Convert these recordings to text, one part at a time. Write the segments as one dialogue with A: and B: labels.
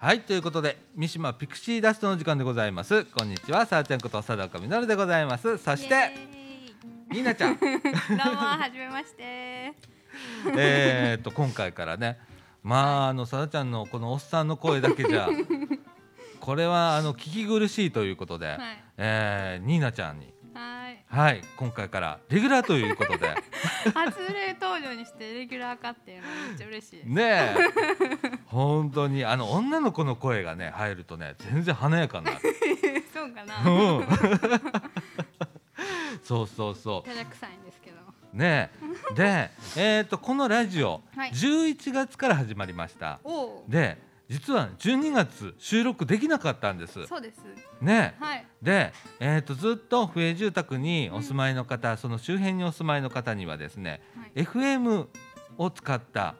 A: はいということで三島ピクシーダストの時間でございますこんにちはさあちゃんこと佐田岡みのるでございますそし
B: イエ
A: てニーナち ゃん
B: ーイどうもはじめまして
A: えーっと今回からねまああのさだちゃんのこのおっさんの声だけじ ゃこれはあの聞き苦しいということで、
B: はい
A: えーニーナちゃんに
B: はい
A: はい今回からレギュラーということで
B: 初例登場にしてレギュラー化っていうのめっちゃ嬉しい
A: ねえ本当にあの女の子の声がね入るとね全然華やかになる。
B: そうかな
A: うんそうそうそう
B: 照れくさいんですけど
A: ねえ で、えー、とこのラジオ、
B: はい
A: 11月から始まりました
B: おお
A: で実は12月収録できなかったんです
B: そうです
A: ねえ
B: はい
A: で、えー、とずっと不営住宅にお住まいの方、その周辺にお住まいの方にはですね
B: はい
A: FM を使った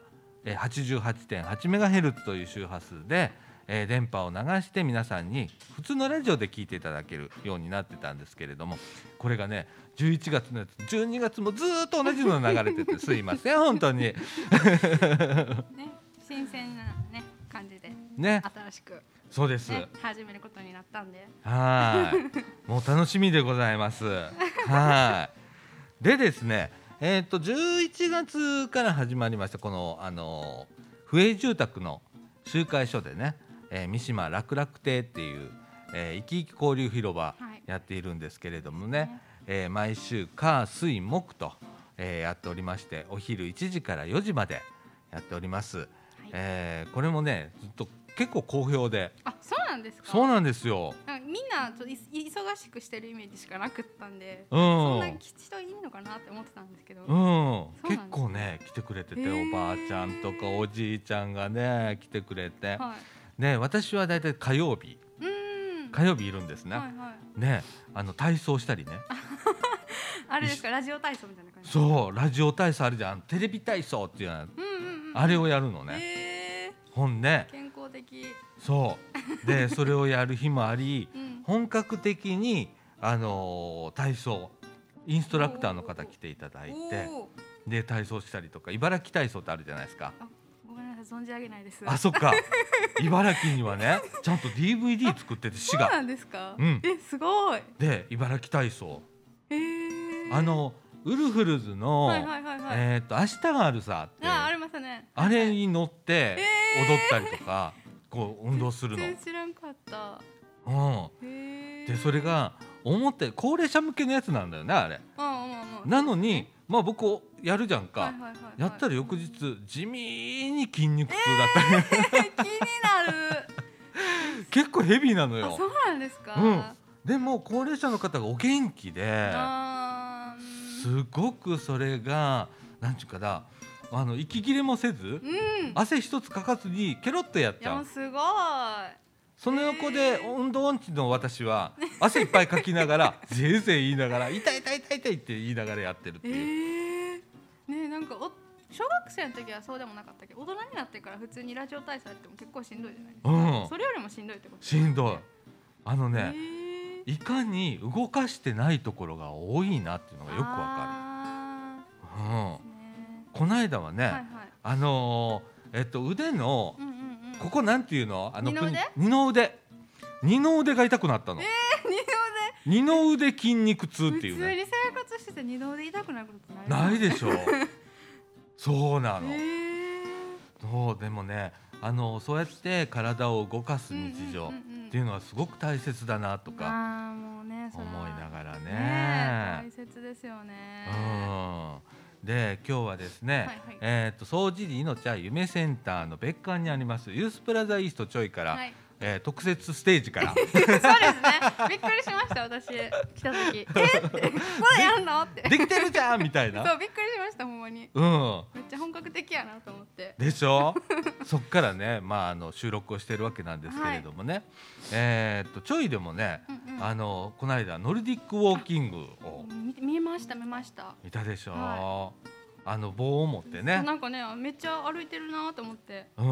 A: えー88.8メガヘルツという周波数で、えー電波を流して皆さんに普通のラジオで聞いていただけるようになってたんですけれどもこれがね11月のやつ12月もずーっと同じのが流れててすいません本当に
B: ね新鮮なね感じで
A: ね
B: 新しく
A: そうです
B: ね始めることになったんで
A: はーいもう楽しみでございますはーいでですねえっ、と11月から始まりましたこのあのー不営住宅の集会所でね、えー三島楽楽亭っていう、えー、生き生き交流広場
B: はい
A: やっているんですけれどもね、えー毎週火水木と、えーやっておりましてお昼1時から4時までやっております、えーこれもねずっと結構好評で
B: あそうなんですか
A: そうなんですよ
B: なんかみんなちょっとい忙しくしてるイメージしかなくったんで、
A: うん
B: そんなに人いるのかなって思ってたんですけど、
A: うん、
B: はそうなんです
A: 結構ね来てくれてて、
B: へー
A: おばあちゃんとかおじいちゃんがね来てくれて、
B: い
A: ね私は大体火曜日
B: うーん
A: 火曜日いるんですね、
B: はいはい
A: ねあの体操したりね
B: あれですかラジオ体操みたいな感じ
A: そうラジオ体操あるじゃんテレビ体操っていうの
B: うんうんうん
A: あれをやるのね、
B: へえ
A: ほんね
B: 健康的
A: そうでそれをやる日もあり
B: うん
A: 本格的にあのー体操インストラクターの方来ていただいて
B: おお
A: で体操したりとか茨城体操ってあるじゃないですか
B: ごめんなさい存じ上げないです
A: あそっか茨城にはねちゃんと DVD 作ってて市
B: そう
A: が
B: なんですか、
A: うん
B: えすごい
A: で茨城体操
B: へえ
A: あのウルフルズの
B: はいはいはいはい
A: えーっと明日があるさ」って
B: ああ
A: あ
B: りましたね
A: れに乗って
B: えー
A: 踊ったりとかこう運動する
B: 全然知らんかった
A: の
B: へ
A: う
B: え
A: んでそれが表高齢者向けのやつなんだよねあれ
B: うんうんうんうん
A: なのにまあ僕やるじゃん
B: はい
A: か
B: はいはいはい
A: やったら翌日地味に筋肉痛だったり
B: 気になる
A: 結構ヘビーなの
B: あ そ
A: よ
B: うなんですか、
A: うんでも高齢者の方がお元気で
B: あー
A: すごくそれが何ていうかなあの息切れもせず
B: うん
A: 汗一つかかずにケロッとやっ
B: い
A: ち
B: や
A: ゃ
B: もう
A: う
B: すごい
A: その横
B: へ
A: で
B: ー
A: 運動音痴の私は汗いっぱいかきなが ら「ぜいぜい」言いながら「痛い痛い痛い痛い」って言いながらやってるって
B: え
A: いう。
B: ー、ねえなんかお小学生の時はそうでもなかったけど大人になってから普通にラジオ体操やっても結構しんどいじゃないですか、
A: うん
B: それよりもしんどいってこと
A: しんどいあの
B: い
A: ねいかに動かしてないところが多いなっていうのがよくわ
B: わ
A: かる、うん
B: か、る
A: この間はね、
B: はいはい
A: あのーえっと腕の
B: うんうんうん
A: ここなんていうのあの
B: 二の腕
A: 二の腕二の腕が痛くなったの、
B: 二の
A: 二の腕筋肉痛っ
B: 腕
A: てい
B: 普
A: う
B: 通
A: ね
B: に生活してて二の腕痛くなることない
A: ないでし ょそうなの、
B: え
A: そうでもねあのそうやって体を動かす
B: ー、
A: 日常
B: うんうんうんうん
A: っていうのはすごく大切だなとか
B: あーもうねそ
A: 思
B: れはい
A: ながらね
B: ねえ大切ですよね
A: うんで今日はですね、
B: はいはい
A: えー、と総知事命は夢センターの別館にありますユースプラザイーストちょいから、
B: はい、
A: えー特設ステージ から
B: そうですねびっくりしました私来た時えってこれやんのって
A: できてるじゃんみたい
B: そ
A: な
B: うびっくりしましたほんまに
A: うん
B: めっちゃ本格的やなと思って
A: でしょ そっからね、まあ、あの収録をしてるわけなんですけれどもね、えー、とちょいでもね、
B: うんうん
A: あのこの間ノルディックウォーキングを
B: 見見ました見ました
A: 見たでしょ、
B: は
A: あの棒を持ってね
B: なんかねめっちゃ歩いてるなと思ってど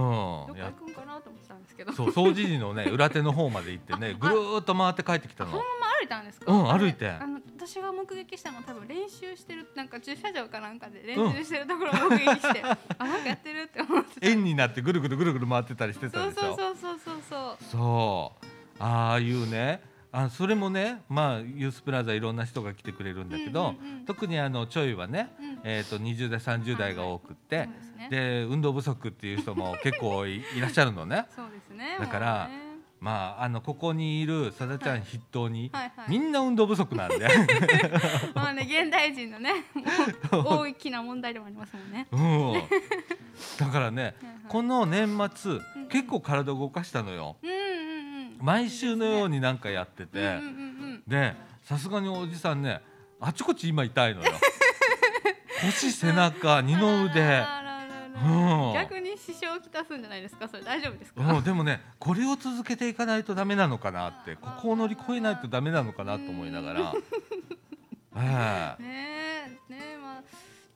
A: うん
B: っか
A: や
B: 行くんかなと思ってたんですけど
A: そう掃除時のね裏手の方まで行ってねぐるーっと回って帰ってきた
B: その
A: の
B: まま歩いたんですか
A: うん
B: あれ
A: 歩いて
B: あの私が目撃したのは多分練習してるなんか駐車場かなんかで練習してるところ を目撃して、あなんかやってるって思ってた
A: 円になってぐるぐるぐるぐる回ってたりしてた
B: そう
A: でしょ
B: そうそうそうそう
A: そうああいうねあそれもねまあユースプラザいろんな人が来てくれるんだけど、
B: うんうんうん
A: 特にあのちょいはね、
B: うん
A: えー、と20代30代が多くって、
B: そうですね
A: で運動不足っていう人も結構いいらっしゃるのね。
B: そうですね
A: だから
B: もうね
A: まあ、あのここにいるさだちゃん筆頭に、
B: はいはい
A: みんな運動不足なん で、
B: まあね現代人 のねもう大きな問題でもありますもんね。
A: うん、だからね
B: はいはい
A: この年末、
B: うん
A: 結構体動かしたのよ
B: うんうんうん。
A: 毎週のよう
B: に
A: になんかやってて、
B: うんうんうんうん。
A: でさすがにおじさんねあちこち今痛い のよ腰背中二の腕
B: あらあらあら
A: うん
B: 逆に支障をきたすんじゃないですか。それ大丈夫ですか。
A: うん、でもねこれを続けていかないとダメなのかなってここを乗り越えないとダメなのかなと思いながら、ええ
B: ねえねえまあ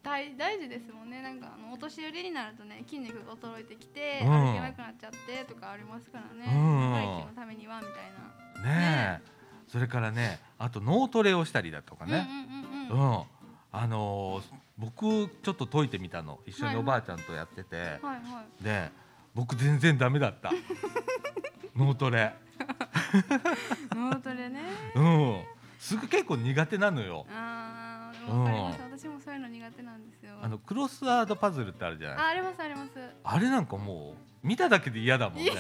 B: 大大事ですもんね。なんかあのお年寄りになるとね筋肉が衰えてきて、
A: うん
B: 歩けなくなっちゃってとかありますからね。
A: うん
B: 若い人のためにはみたいな。
A: ねえそれからねあと脳トレをしたりだとかね、
B: うんう
A: う
B: んうんうん。
A: んあのー僕ちょっと解いてみたの一緒
B: はい
A: に
B: はい
A: おばあちゃんとやってて、
B: はいはい。
A: で僕全然ダメだった 脳トレ、
B: 脳トレね。
A: うん、すぐ結構苦手なのよ。
B: ああわかります。私もそういうの苦手なんですよ。
A: あのクロスワードパズルってあるじゃない
B: あありますあります。
A: あれなんかもう見ただけで嫌だもん ね。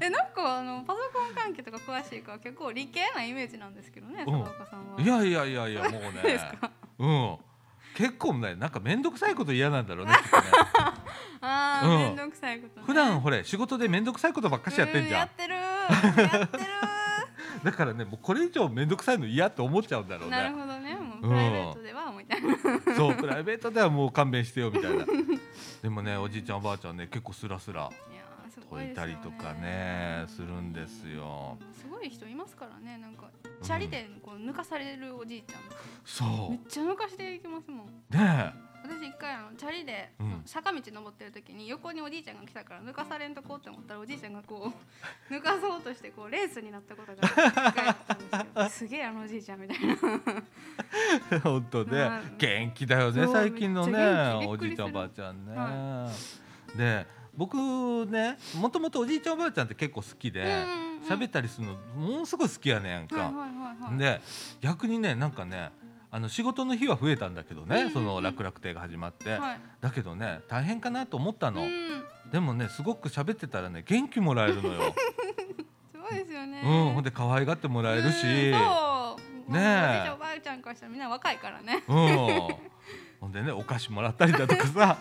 B: えなんかあのパソコン関係とか詳しいから結構理系なイメージなんですけどね、
A: うん
B: 佐岡さんは。
A: いやいやいやいやもう ね
B: ですか。
A: うん結構ねなんか面倒くさいこと嫌なんだ ろうねきっとね
B: ああ、
A: うん
B: めんどくさいこと、ね。
A: 普段ほれ仕事で面倒くさいことばっかしやってんじゃん
B: うやってる。やってる。
A: だからねもうこれ以上面倒くさいの嫌って思っちゃうんだろう
B: なる
A: ね
B: ほどね、も
A: うん
B: うプライベートではみたいな。
A: そうプライベートではもう勘弁してよみたいなでもねおじいちゃんおばあちゃんね結構スラスラ
B: いやーすご
A: 解い
B: いです
A: た
B: よ
A: り
B: ね。
A: とかねするんですよ
B: すごい人いますからね、なんかチャリでこう抜かされるおじいちゃん、
A: そ
B: めっちゃ抜かしていきますもん。
A: うね
B: 私一回あのチャリで、
A: うん
B: 坂道登ってる時に横におじいちゃんが来たから抜かされんとこうって思ったらおじいちゃんがこう 抜かそうとしてこうレースになったことが一回あったんで すよすげえあのおじいちゃんみたいな
A: え 本当ね
B: はい
A: 元気だよね
B: そう
A: 最近の
B: めっちゃ
A: ね
B: 元気び
A: お
B: っく
A: じ
B: り
A: いち
B: する
A: ゃんおばあちゃんね、
B: は
A: で僕ねもともとおじいちゃんおばあちゃんって結構好きで
B: うんうん
A: 喋ったりするのものすごい好きやねん
B: はいは
A: か
B: い、はいはい
A: で逆にねなんかねあの仕事の日は増えたんだけどね、
B: うんうんうん
A: その楽々亭が始まって、
B: はい
A: だけどね大変かなと思った
B: う
A: の、
B: ん
A: でもねすごく喋ってたらね元気もらえるの よ、
B: すごいですよね
A: うん、ほんで可愛がってもらえるし、
B: うんそう
A: ねえ
B: おじいちゃんおばあちゃんからしたらみんな若いか らね
A: うん、ほんでねお菓子もらったりだとかさ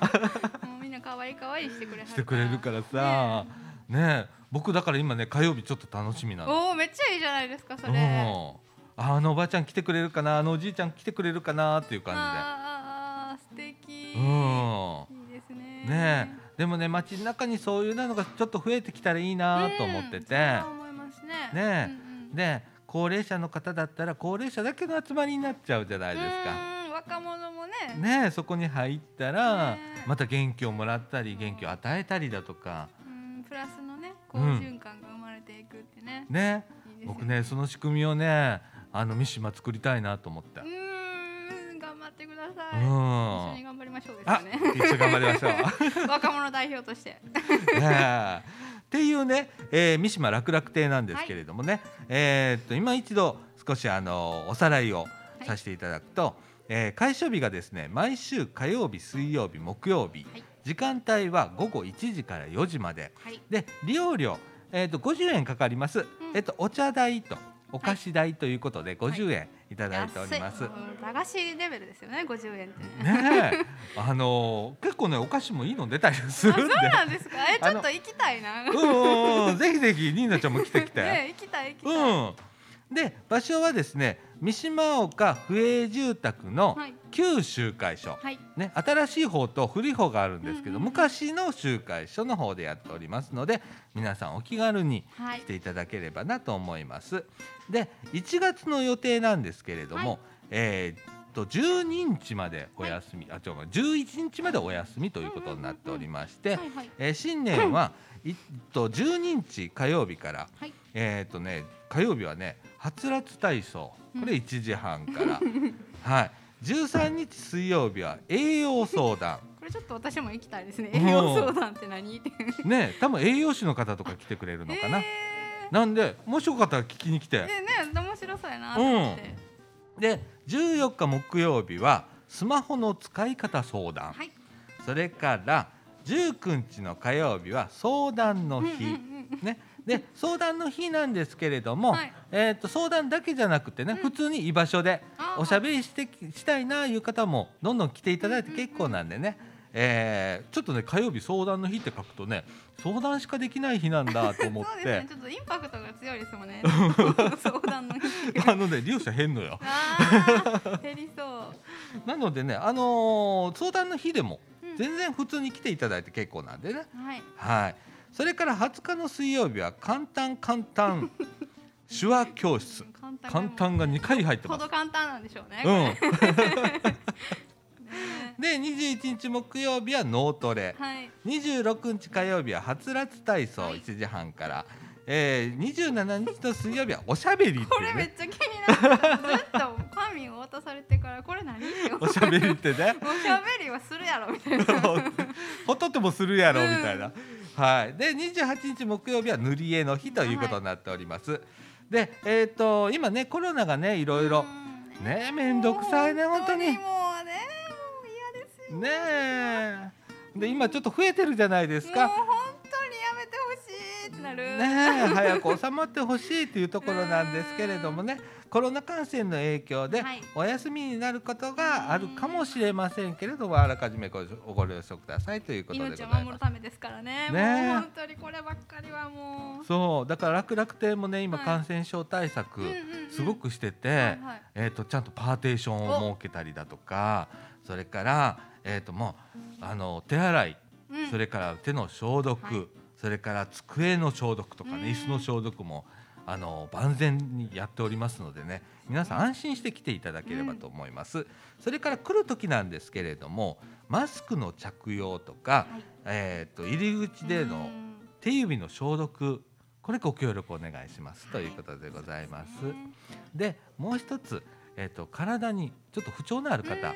B: もうみんな可愛い可愛いしてくれは
A: してくれるからさ、ね僕だから今ね火曜日ちょっと楽しみなの。
B: おおめっちゃいいじゃないですかそ
A: う
B: れ
A: ん、あのおばあちゃん来てくれるかなあのおじいちゃん来てくれるかなっていう感
B: ああ素
A: じ
B: 敵
A: で。うん
B: いいですね
A: ねえでもね街の中にそういうのがちょっと増えてきたらいいなと思って
B: うんそれ
A: て
B: は、思いますね
A: ねえ
B: うんうん
A: で高齢者の方だったら高齢者だけの集まりになっちゃうじゃないですか。
B: うーん若者もね
A: ねえそこに入ったら
B: ねえ
A: また元気をもらったり元気を与えたりだとか
B: うんプラスのね好
A: うん
B: 循環が生まれていくってね、
A: ね
B: いいですよ
A: 僕ねその仕組みをねあの三島作りたいなと思っ
B: う
A: た。
B: ーん頑張ってくださ
A: う
B: い、
A: ん
B: 一緒に頑張りましょうですよ
A: あ
B: ね
A: 一緒に頑張りましょう。
B: 若者代表として
A: ねえっていうね、えー三島楽々亭なんですけれどもね、えーっと今一度少しあのおさらいをさせていただくと、えー開所日がですね毎週火曜日水曜日木曜日、
B: はい
A: 時間帯は午後1時から4時まで
B: はい
A: で利用料、えーっと50円かかります、えーっとお茶代とお菓子代ということで50円いただいております。
B: 安いもう駄菓子レベルですよね50円ってね
A: ねえあの結構ねお菓子もいいの出たりす
B: あ
A: る
B: そうん
A: で。
B: なんですかえ
A: あ
B: ち
A: の
B: ょっと行きたい
A: う
B: な
A: んうんうんぜひぜひニーナちゃんも来てきて。
B: ね行きたい行きたい、は
A: うん。で場所はですね三島岡府営住宅の
B: い
A: 旧集会所、
B: はい
A: ね、新しい方と古い方があるんですけど、
B: うんうんうん
A: 昔の集会所の方でやっておりますので皆さんお気軽に
B: は
A: 来
B: い
A: ていただければなと思います。で1月の予定なんですけれども、
B: はい
A: えーっと12日までお休み、あ違う11日までお休みということになっておりまして、
B: はいはい
A: えー新年は、いっと12日火曜日から、
B: はい
A: えーっとね火曜日はねはつらつ体操これ
B: う
A: 1時半から、はい13日水曜日は栄養相談
B: これれちょっと私も行きたいですね
A: おー
B: 栄養相談って何って
A: ね多分栄養士の方とか来てくれるのかな、
B: え
A: なんでもしよかったら聞きに来
B: ー、
A: て
B: でね面白そうやなと思って、
A: で14日木曜日はスマホの使い方相談
B: はい
A: それから19日の火曜日は相談の日、
B: うんうんうん
A: ね、で相談の日なんですけれども、
B: はい
A: えー、と相談だけじゃなくてね、
B: うん
A: 普通に居場所で
B: あー
A: おしゃべりしてきしたいなあいう方もどんどん来ていただいて
B: うんうんうん
A: 結構なんでね、えーちょっとね火曜日相談の日って書くとね相談しかできない日なんだと思っ
B: そうです
A: て
B: ねちょっとインパクトが強いですもん ね相談の日
A: あのね利用者変のよ。
B: あー減りそう
A: なのでね、あのー相談の日でも
B: うん
A: 全然普通に来ていただいて結構なんでね。
B: はい
A: はい。それから20日の水曜日は簡単簡 単手話教室。
B: 簡単
A: 簡単が2回入って
B: ほ
A: ます
B: ど。簡単なんでしょうね、
A: う
B: こ
A: ん。
B: れね
A: で21日木曜日は脳トレ、
B: はい
A: 26日火曜日ははつらつ体操
B: はい
A: 1時半から、えー、27日の水曜日はおしゃべりって
B: こ
A: い
B: れ
A: う
B: めっ
A: ね
B: ちゃ気になったずっとファミを渡されてからこれ何って 思
A: お
B: う
A: しゃべりってね
B: おしゃべりはするやろみたいな
A: ほとってもするやろみたいな、はいで28日木曜日は塗り絵の日ということになっております、でえっ、と今ねコロナがねいろいろ
B: うん
A: ねえめんどくさいね本当に
B: もうねもう嫌ですよ
A: ねえで今ちょっと増えてるじゃないですか
B: もう本当にやめてほしいってなる
A: ねえ早く収まってほしいというところなんですけれどもねコロナ感染の影響で
B: はい
A: お休みになることがあるかもしれませんけれどもあらかじめごご了承くださいということでご
B: 命
A: ざ
B: を
A: い
B: 守る
A: ま
B: ためですからね
A: ねえ
B: もう本当にこればっかりはも
A: す。そうだから楽楽天もね今
B: はい
A: 感染症対策
B: う,、うんうんうん、
A: すごくしてて、
B: はいはい
A: えー、とちゃんとパーテーションを設けたりだとかそれから、えー、ともうあの手洗い
B: うん
A: それから手の消毒、
B: はい
A: それから机の消毒とか
B: うん
A: ね、椅子の消毒も。あの万全にやっておりますのでね皆さん安心して来ていただければと思います、それから来る時なんですけれどもマスクの着用とか、
B: はい
A: えー、と入り口で
B: う
A: の
B: ん
A: 手指の消毒これご協力お願いしますということでございます、
B: うん
A: でもう一つ、えー、と体にちょっと不調のある方、
B: うん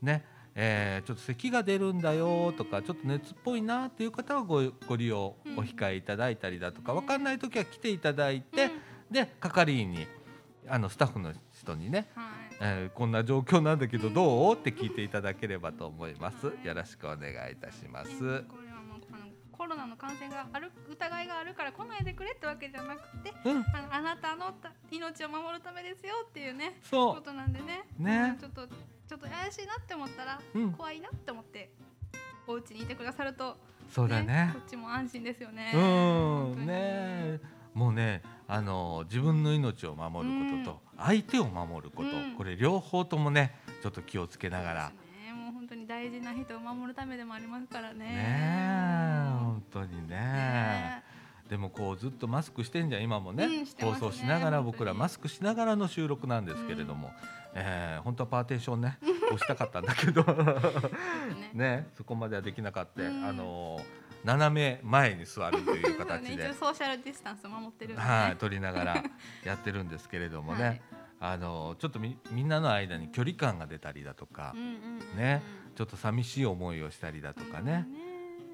A: ねえーちょっと咳が出るんだよとかちょっと熱っぽいなっていう方はごご利用
B: うん
A: お控えいただいたりだとか
B: うん
A: 分かんない時は来ていただいて、で係員にあのスタッフの人にね、
B: はい
A: えーこんな状況なんだけどどう
B: う
A: って聞いていただければと思います
B: はい
A: よろしくお願いいたします
B: ねこれはもうあのコロナの感染がある疑いがあるから来ないでくれってわけじゃなくて
A: うん
B: あのあなたのた命を守るためですよっていうね
A: そ
B: ことなんでね
A: ね
B: ちょっとちょっと怪しいなって思ったら、
A: うん
B: 怖いなって思ってお家にいてくださると
A: うそうだね
B: こっちも安心ですよね
A: う
B: 本当
A: ん
B: に
A: ねえもうねあの自分の命を守ることと相手を守ること、
B: うん
A: これ両方ともねちょっと気をつけながら、
B: そうですねもう本当に大事な人を守るためでもありますからね
A: ねえ本当にね
B: ね
A: でもこうずっとマスクしてんじゃん今もね,、
B: うんして
A: 放
B: ますね
A: 送しながら
B: 本当に
A: 僕らマスクしながらの収録なんですけれども、えー本当はパーテーション ね押したかったんだけど
B: ね
A: ねそこまではできなかった、
B: うん
A: あの斜め前に座るという
B: そうね
A: 形
B: 一
A: で
B: 応。ソーシャルディスタンスを守ってるんでね
A: はい、撮りながらやってるんですけれどもね、
B: はい
A: あのちょっとみみんなの間に距離感が出たりだとか、
B: うんうんうんうん
A: ねちょっと寂しい思いをしたりだとかね、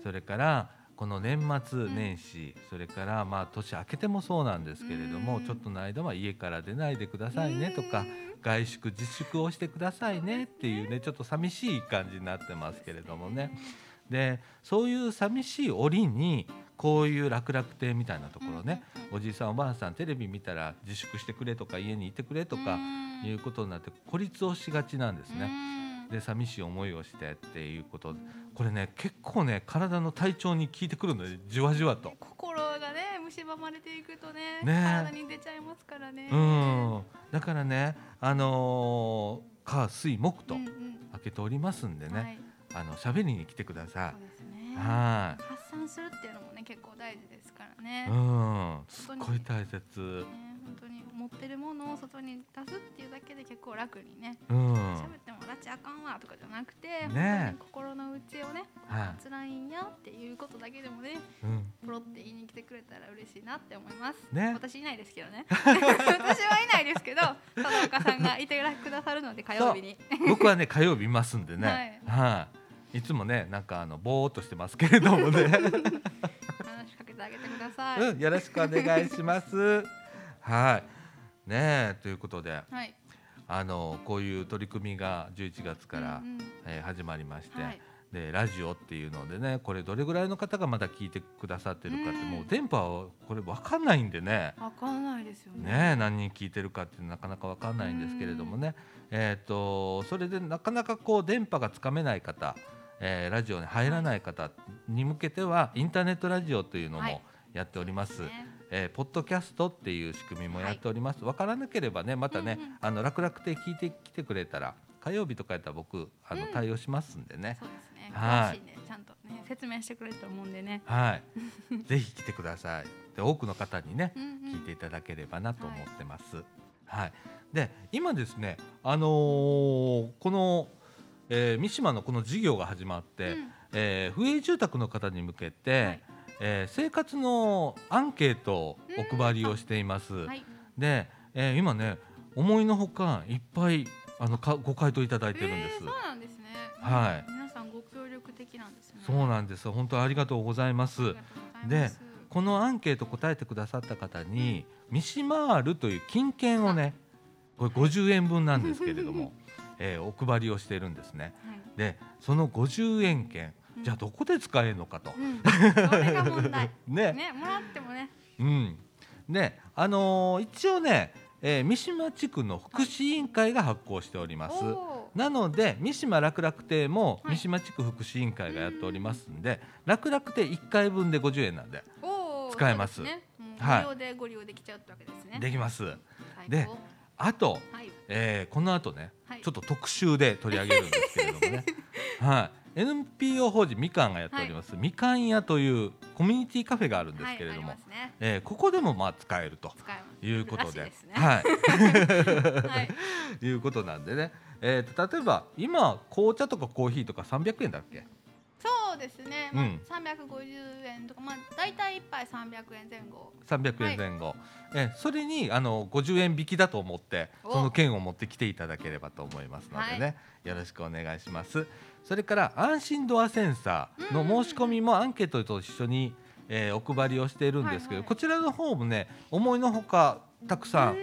A: それからこの年末年始、それからまあ年明けてもそうなんですけれども、
B: うん
A: ちょっとの間は家から出ないでくだ
B: 本当
A: さい
B: に
A: ねとか、
B: うん
A: 外出自粛をしてくださいねっていうねちょっと寂しい感じになってますけれどもね。でそういう寂しい折にこういう楽々亭みたいなところね、
B: うんうんうん
A: おじいさんおばあさんテレビ見たら自粛してくれとか家にいてくれとか
B: うん
A: いうことになって孤立をしがちなんですね。
B: うん
A: で寂しい思いをしてっていうことこれね結構ね体の体調に効いてくるのでじわじわと。
B: 心がね蝕まれていくとね
A: ね
B: 体に出ちゃいますからね
A: うんだからねあのー火水木と
B: うんうん
A: 開けておりますんでね、
B: はい
A: あの喋りに来てくださ
B: そうです
A: い。
B: ね
A: は
B: 発散するっていうのもね結構大事ですから
A: い。
B: ね
A: う
B: ね
A: ん。すっごい大切。
B: 本当に持ってるものを外に出すっていうだけで結構楽にね
A: うん。
B: 喋
A: は
B: っても「らちあかんわ」とかじゃなくて、
A: ね
B: 本当に心の内をね
A: い。
B: 辛いんやっていうことだけでもね
A: うん。
B: ポロって言いに来てくれたら嬉しいなって思います、
A: ね
B: 私いないですけどね 私はいないですけど片岡さんがいてくださるので火曜日に
A: 僕はね火曜日いますんでね。はい。いつもねなんかあのぼーっとしてますけれどもね、
B: 話しかけてあげてください。
A: うん、よろしくお願いします。はいねえということで
B: はい。
A: あのこういう取り組みが11月から、
B: うんうん
A: えー始まりまして、
B: はい。
A: でラジオっていうのでねこれどれぐらいの方がまだ聞いてくださってるかって、
B: うん
A: もう電波はこれ分かんないんでね。
B: わかんないですよね。
A: ねえ何人聞いてるかってなかなか分かんないんですけれどもね、えー、とそれでなかなかこう電波がつかめない方、えーラジオに入らない方に向けてはインターネットラジオというの
B: はい
A: もやっております。
B: ね。
A: えーポッドキャストっていう仕組みもやっております。わ、からなければね、またね、
B: うんうん
A: あの楽々で聞いてきてくれたら、火曜日とかやったら僕あの
B: うん
A: 対応しますんでね。
B: そうですね。
A: はい
B: 詳しいね。ちゃんとね説明してくれると思うんでね。
A: はい、ぜひ来てください。で、多くの方にね
B: う、んうん。
A: 聞いていただければなと思ってます。はい、で、今ですね、あのーこの、えー三島のこの事業が始まって、
B: うん
A: えー不営住宅の方に向けて、
B: はい
A: えー生活のアンケートをお配りをしています。
B: はい。
A: で、えー今ね思いのほかいっぱいあのかご回答いただいてるんです、
B: えーそうなんですね。
A: はい
B: 皆さんご協力的なんですね。
A: そう
B: あ
A: なんです本当ありがとうございます
B: りがとうございます。
A: このアンケート答えてくださった方に三島あるという金券をねこれ50円分なんですけれど も、えーお配りをしているんですね
B: はい。
A: でその50円券じゃあどこで使えるのかと、
B: うん。それが問題。
A: ね
B: ね、もらってもね。
A: うん、であのー一応ね、えー三島地区の福祉委員会が発行しております、
B: お
A: なので三島楽楽亭も
B: はい
A: 三島地区福祉委員会がやっておりますんで、楽楽亭1回分で50円なんで
B: ーおー。
A: 使えます
B: そうでねもう
A: はい
B: 無料でご利用できちゃうってわけですね。
A: できます
B: 最
A: で
B: 高
A: あと、
B: はい。
A: えーこの後ね
B: はい。
A: ちょっと特集で取り上げるんですけれども ねはい、NPO 法人みかんがやっております、みかん屋というコミュニティカフェがあるんですけれども、
B: はい、ありますね。
A: えーここでもまあ使えると
B: 使えます。
A: いうことで
B: らし いすねは
A: はい
B: い。
A: ということなんでね、えーと例えば今紅茶とかコーヒーとか300円だっけ
B: そうですね。ま
A: うん
B: あ、三百五十円とか、まあ、だいたい一杯三百円前後。
A: 300円前後、えそれにあの50円引きだと思って
B: お
A: その券を持ってきていただければと思いますのでね、
B: は
A: よろしくお願いしますそれから安心ドアセンサーの申し込みもアンケートと一緒に、えーお配りをしているんですけど、
B: はいはい
A: こちらの方もね思いのほかたくさん、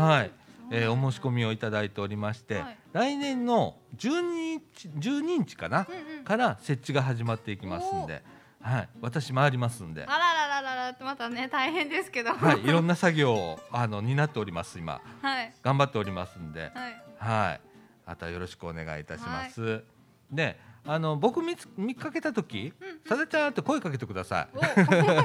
A: はいえーお申し込みをいただいておりまして、
B: はい
A: 来年の12日 ,12 日かな、
B: み。うんうん。あ
A: から設置が始まっていきますんで、はい、私回りますんで。
B: らららららら、またね、大変ですけど。
A: はい、いろんな作業をあの担っております今
B: はい。
A: 頑張っておりますんで、
B: はい。
A: はい、あとはよろしくお願いいたします。で、あの僕見つ見かけた時、
B: うんうん
A: さだちゃんって声かけてください。
B: お。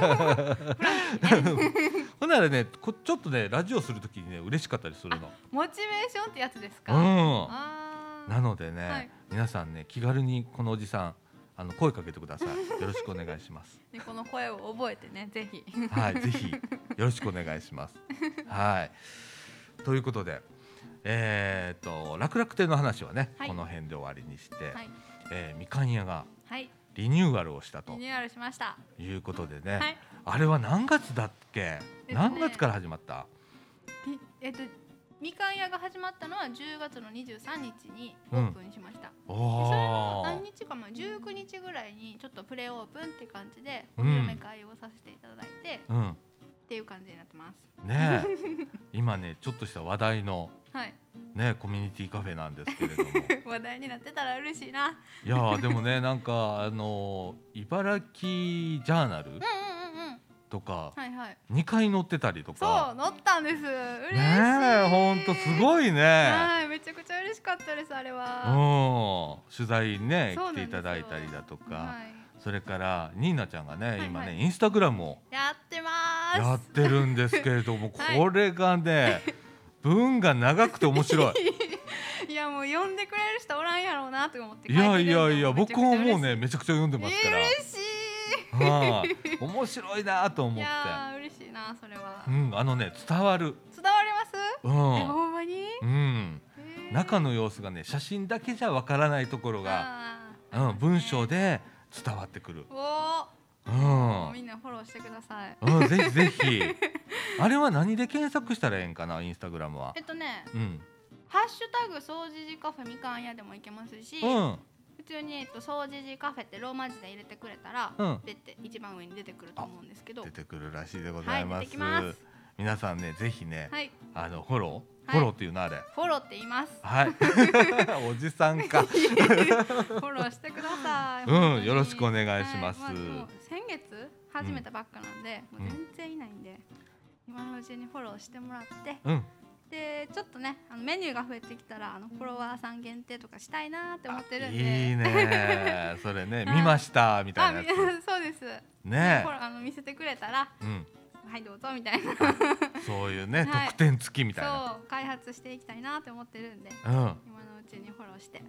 B: フランクね
A: ほんならね、こちょっとねラジオする時にね嬉しかったりするの。
B: モチベーションってやつですか。
A: う
B: あ
A: ん。
B: あ。
A: なのでね、
B: はい
A: 皆さんね気軽にこのおじさんあの声かけてください。よろしくお願いします。
B: で、この声を覚えてね、ぜひ。
A: はい、ぜひよろしくお願いします。はい。ということで、えっ、と楽々亭の話はね、
B: はい
A: この辺で終わりにして、
B: はい。
A: えーみかん屋が
B: はい。
A: リニューアルをしたと
B: リニューアルしました。
A: いうことでね、
B: はい。
A: あれは何月だっけ？
B: ね
A: 何月から始まった？
B: みえっと、みかん屋が始まったのは10月の23日にオープンしました。
A: お
B: でそれの
A: お。
B: 何日か前19日ぐらいにちょっとプレオープンって感じで
A: う
B: お
A: ん
B: 披露目会をさせていただいて、っ
A: うん。
B: ていう感じになってます。
A: ねえ今ねちょっとした話題の
B: はい、
A: ねコミュニティカフェなんですけれ ども、
B: 話題になってたら嬉しいな。
A: いやーでもねなんかあのー茨城ジャーナル
B: うんうんうんうん。
A: とか
B: はいはい。
A: 2回載ってたりと
B: そ
A: か
B: う、乗ったんです。嬉しい。
A: ねえほんとすごいね
B: はい、めちゃくちゃ嬉しかったです、あれ
A: う
B: は。
A: ん取材にね
B: そうな
A: 来て
B: んです
A: いた
B: よ
A: だいたりだとか、
B: はい。
A: それからニーナちゃんがね、
B: はい
A: 今
B: は
A: ね
B: い
A: インスタグラムを
B: やってます。
A: やってるんですけれども、
B: はい
A: これがね文が長くて面 白い
B: いやもう呼んでくれる人おらんやろうなと思って
A: いやいやいや僕はもう
B: ね
A: ねめちゃくちゃ読んでますから、
B: 嬉し
A: はい面白いなと
B: い
A: 思
B: い
A: って、
B: やー嬉しいなそれは
A: う
B: 伝
A: ん、あのね伝わる、
B: わります
A: う
B: え
A: ん
B: ほんまに
A: うん、
B: へー
A: 中の様子がね写真だけじゃわからないところが、
B: あ
A: う
B: ー
A: ん、文章で伝わってくる。
B: お
A: う
B: お、
A: ん
B: みんなフォローしてください
A: うん、ぜひぜひ。 あれは何で検索したらええんかな、インスタグラムは
B: え。っとね
A: うん、
B: ハッシュタグ掃除時カフェみかん屋でもいけますし、
A: う、
B: うんち通に、えっと、掃除時カフェってローマ字で入れてくれたら、
A: うん
B: 出て一番上に出てくると思うんですけど
A: 出てくるらしいでございます。
B: はい出てきます
A: 皆さんねぜひね、
B: はい
A: あのフォロー、
B: はい
A: フォローっていうのあれ。
B: フォローって言 います
A: はい。 おじさんか。
B: フォローしてください。
A: うんよろしくお願いします
B: はもう先月始めたばっかなんで、
A: ん
B: もう全然いないんで、今のうちにフォローしてもらって、
A: うん。
B: でちょっとねあのメニューが増えてきたらあのフォロワーさん限定とかしたいなーって思ってるんで、
A: いいね。それ ね
B: はい
A: 見ましたみた
B: あ
A: いな
B: み
A: や
B: そうです。
A: つ。ね
B: フォローあの見せてくれたら
A: え。うん。
B: はいどうぞみたいな、
A: そういうね
B: はい
A: 特典付きみたいな。
B: そう開発していきたいなーって思ってるんで、
A: うん。
B: 今のうちにフォローして。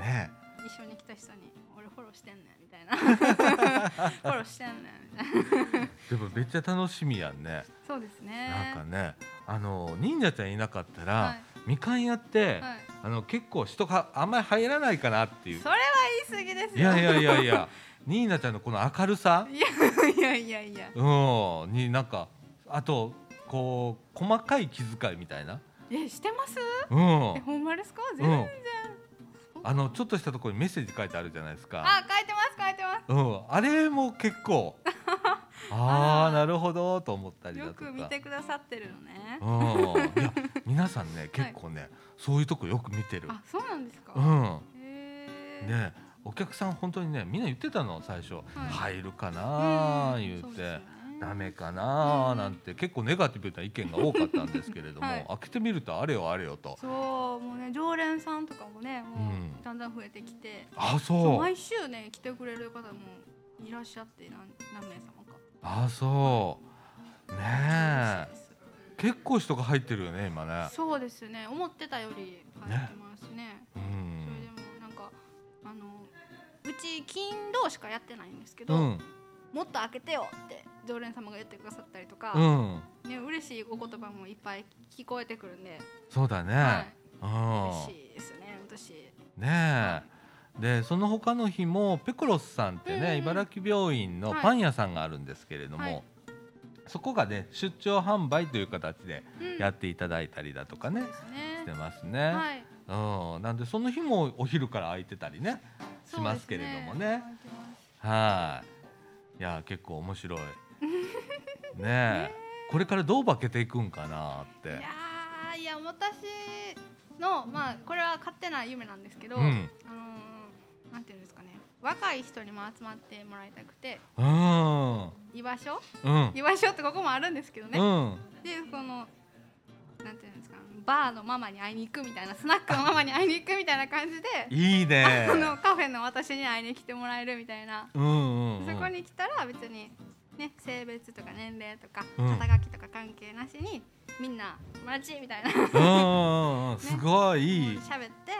A: ね
B: 一緒に来た人に「俺フォローしてんねん」みたい な「フォローしてんねん」みたいな
A: え。でもめっちゃ楽しみやんね。
B: そうですね
A: なんかねあの忍者ちゃんいなかったら、
B: は
A: みかん屋って、
B: い、はい
A: あの結構人があんまり入らないかなっていう
B: そ。れは言い過ぎですよ。
A: いやいやいやいや。ニーナちゃんのこの明るさ。
B: いやいやいや。
A: うん、になんかあとこう細かい気遣いみたいな、
B: え、してます。
A: うん
B: え、ほんまですか。全
A: う
B: 然。
A: ん、あのちょっとしたところにメッセージ書いてあるじゃないですか、
B: あ、書いてます、書いてま
A: うん、あれも結 構あ
B: あ
A: あ
B: ー
A: なるほどと思ったり
B: す。
A: だと
B: よ
A: か
B: く見てくださってるのね
A: う。ん、いや皆さんね結構ね、そういうとこよく見てる、
B: あ、そうなんですか。
A: うん、
B: へー
A: ねお客さん本当にねみんな言ってたの最初、
B: は
A: 入るか
B: うん
A: なー言うて。
B: そうですよね
A: ダメかなー
B: うん
A: なんて結構ネガティブな意見が多かったんですけれども、
B: はい
A: 開けてみるとあれよあれよと
B: そう、もうね、常連さんとかもね、も
A: うん
B: うだんだん増えてきて。
A: あ
B: そう
A: そう
B: 毎週ね、来てくれる方もいらっしゃって、なん、何名様か。
A: あそうね
B: 嬉しいです
A: え結構人が入ってるよね今ね
B: そうですね、思ってたより入ってますね
A: う
B: それで
A: ん
B: もなんかあのうち金労しかやってないんですけ
A: う
B: ど、
A: ん
B: もっと開けてよって常連様が言ってくださったりとか、
A: うん
B: ね嬉しいお言葉もいっぱい聞こえてくるんで、
A: そうだね、
B: はい、
A: う
B: 嬉しいですね私
A: んねえでその他の日もペコロスさんって
B: うんう
A: ね、
B: ん
A: 茨城病院の
B: はい
A: パン屋さんがあるんですけれども、
B: はい
A: そこがね出張販売という形で
B: うん
A: やっていただいたりだとかね、
B: そうです
A: して
B: ね
A: ますね、
B: はい
A: うん、なんでその日もお昼から空いてたりねしますけれどもね
B: そうですね
A: はいいや結構面 白いねえこれからどう化けていくんかなって
B: いやーいや私のまあこれは勝手な夢なんですけど、
A: うん
B: あのーなんていうんですかね若い人にも集まってもらいたくて
A: うん
B: 居場所
A: うん
B: 居場所ってここもあるんですけどね、
A: うん
B: でこのなんていうんですかバーのママに会いに行くみたいなスナックのママに会いに行くみたいな感じで、
A: いいね
B: あのカフェの私に会いに来てもらえるみたいな、
A: うんうんうん
B: そこに来たら別に、ね、性別とか年齢とか
A: うん
B: 肩書きとか関係なしにみんな友達みたいなも
A: う
B: う
A: んうんうんすごいいい、
B: 喋って